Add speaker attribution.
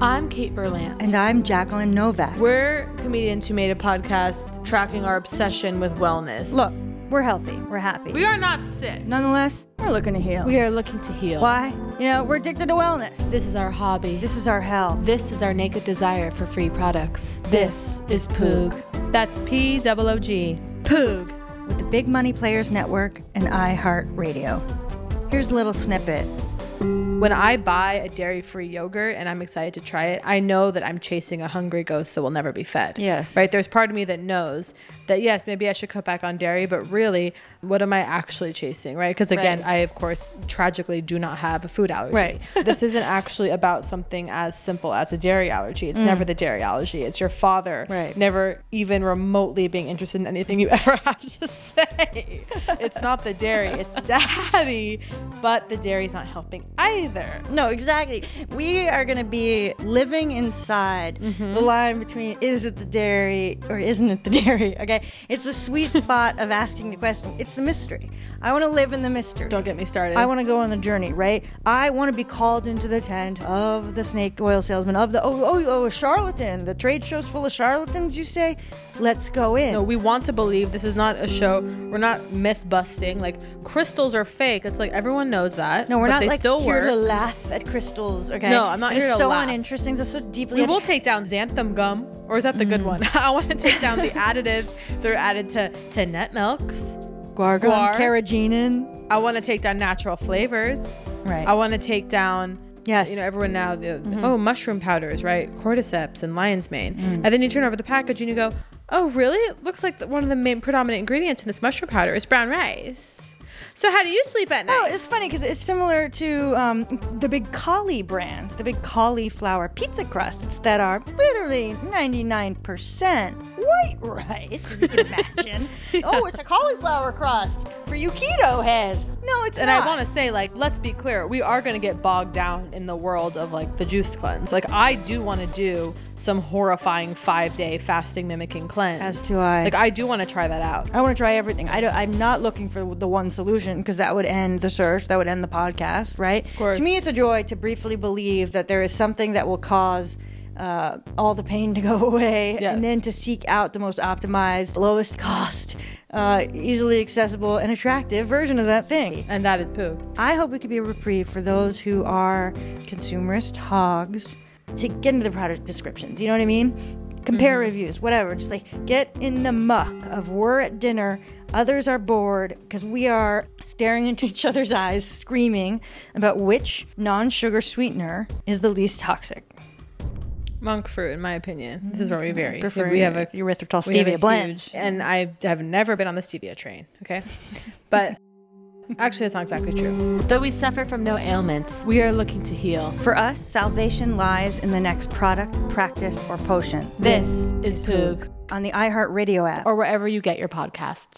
Speaker 1: I'm Kate Berlant.
Speaker 2: And I'm Jacqueline Novak.
Speaker 1: We're comedians who made a podcast tracking our obsession with wellness.
Speaker 2: Look, we're healthy. We're happy.
Speaker 1: we are not sick.
Speaker 2: Nonetheless, we're looking to heal.
Speaker 1: We are looking to heal.
Speaker 2: Why? You know, we're addicted to wellness.
Speaker 1: This is our hobby. This,
Speaker 2: This is our hell.
Speaker 1: this is our naked desire for free products. This is Poog. That's P O O G. Poog.
Speaker 2: With the Big Money Players Network and iHeartRadio. Here's a little snippet.
Speaker 1: When I buy a dairy free yogurt and I'm excited to try it, I know that I'm chasing a hungry ghost that will never be fed.
Speaker 2: Yes.
Speaker 1: Right? There's part of me that knows that, yes, maybe I should cut back on dairy, but really, what am I actually chasing? Right? Because again,
Speaker 2: Right.
Speaker 1: I, of course, tragically do not have a food allergy.
Speaker 2: Right.
Speaker 1: this isn't actually about something as simple as a dairy allergy. It's never the dairy allergy, it's your father
Speaker 2: Mm. Right.
Speaker 1: never even remotely being interested in anything you ever have to say. it's not the dairy, it's daddy, but the dairy's not helping either.
Speaker 2: No, exactly. We are going to be living inside the line between is it the dairy or isn't it the dairy? Okay. It's the sweet spot of asking the question. It's the mystery. I want to live in the mystery.
Speaker 1: Don't get me started.
Speaker 2: I want to go on a journey, right? I want to be called into the tent of the snake oil salesman, of the oh oh oh a charlatan. The trade show's full of charlatans. You say, let's go in.
Speaker 1: no, we want to believe this is not a show. We're not myth busting. Like crystals are fake. It's like everyone knows that.
Speaker 2: No, we're
Speaker 1: but
Speaker 2: not
Speaker 1: They
Speaker 2: like
Speaker 1: still
Speaker 2: here
Speaker 1: work.
Speaker 2: to laugh at crystals. Okay.
Speaker 1: No, I'm not
Speaker 2: They're
Speaker 1: here to
Speaker 2: so
Speaker 1: laugh.
Speaker 2: uninteresting. They're so deeply.
Speaker 1: we will take down xanthan gum, or is that the good one? I want to take down the additives that are added to to nut milks.
Speaker 2: guar,
Speaker 1: guar.
Speaker 2: carrageenan.
Speaker 1: I want to take down natural flavors.
Speaker 2: Right.
Speaker 1: I want to take down.
Speaker 2: Yes.
Speaker 1: You know, everyone now, the- oh, mushroom powders, right? Cordyceps and lion's mane. And then you turn over the package and you go, oh, really? It looks like the, one of the main predominant ingredients in this mushroom powder is brown rice. So, how do you sleep at
Speaker 2: Oh,
Speaker 1: night?
Speaker 2: it's funny because it's similar to um, the big collie brands, the big cauliflower pizza crusts that are literally 99% white rice, if you can imagine. Oh, it's a cauliflower crust for you keto heads. No, it's
Speaker 1: and
Speaker 2: not.
Speaker 1: I want to say, like, let's be clear, we are going to get bogged down in the world of like the juice cleanse. Like, I do want to do some horrifying five day fasting mimicking cleanse.
Speaker 2: As do I.
Speaker 1: Like, I do want to try that out.
Speaker 2: I want to try everything. I don't, I'm not looking for the one solution because that would end the search, that would end the podcast, right? Of
Speaker 1: course.
Speaker 2: To me, it's a joy to briefly believe that there is something that will cause uh, all the pain to go away,
Speaker 1: Yes.
Speaker 2: and then to seek out the most optimized, lowest cost, uh, easily accessible, and attractive version of that thing.
Speaker 1: And that is poop.
Speaker 2: I hope it could be a reprieve for those who are consumerist hogs to get into the product descriptions. You know what I mean? Compare
Speaker 1: Mm-hmm.
Speaker 2: reviews, whatever. Just like get in the muck of we're at dinner, others are bored because we are staring into each other's eyes, screaming about which non sugar sweetener is the least toxic.
Speaker 1: monk fruit, in my opinion. This is where we vary.
Speaker 2: Mm-hmm. Prefer
Speaker 1: we have a
Speaker 2: erythritol
Speaker 1: we have a
Speaker 2: stevia blend.
Speaker 1: huge- and I have never been on the stevia train. Okay, but actually, that's not exactly true. Though we suffer from no ailments, we are looking to heal.
Speaker 2: For us, salvation lies in the next product, practice, or potion
Speaker 1: This is Poog,
Speaker 2: on the iHeartRadio app.
Speaker 1: or wherever you get your podcasts.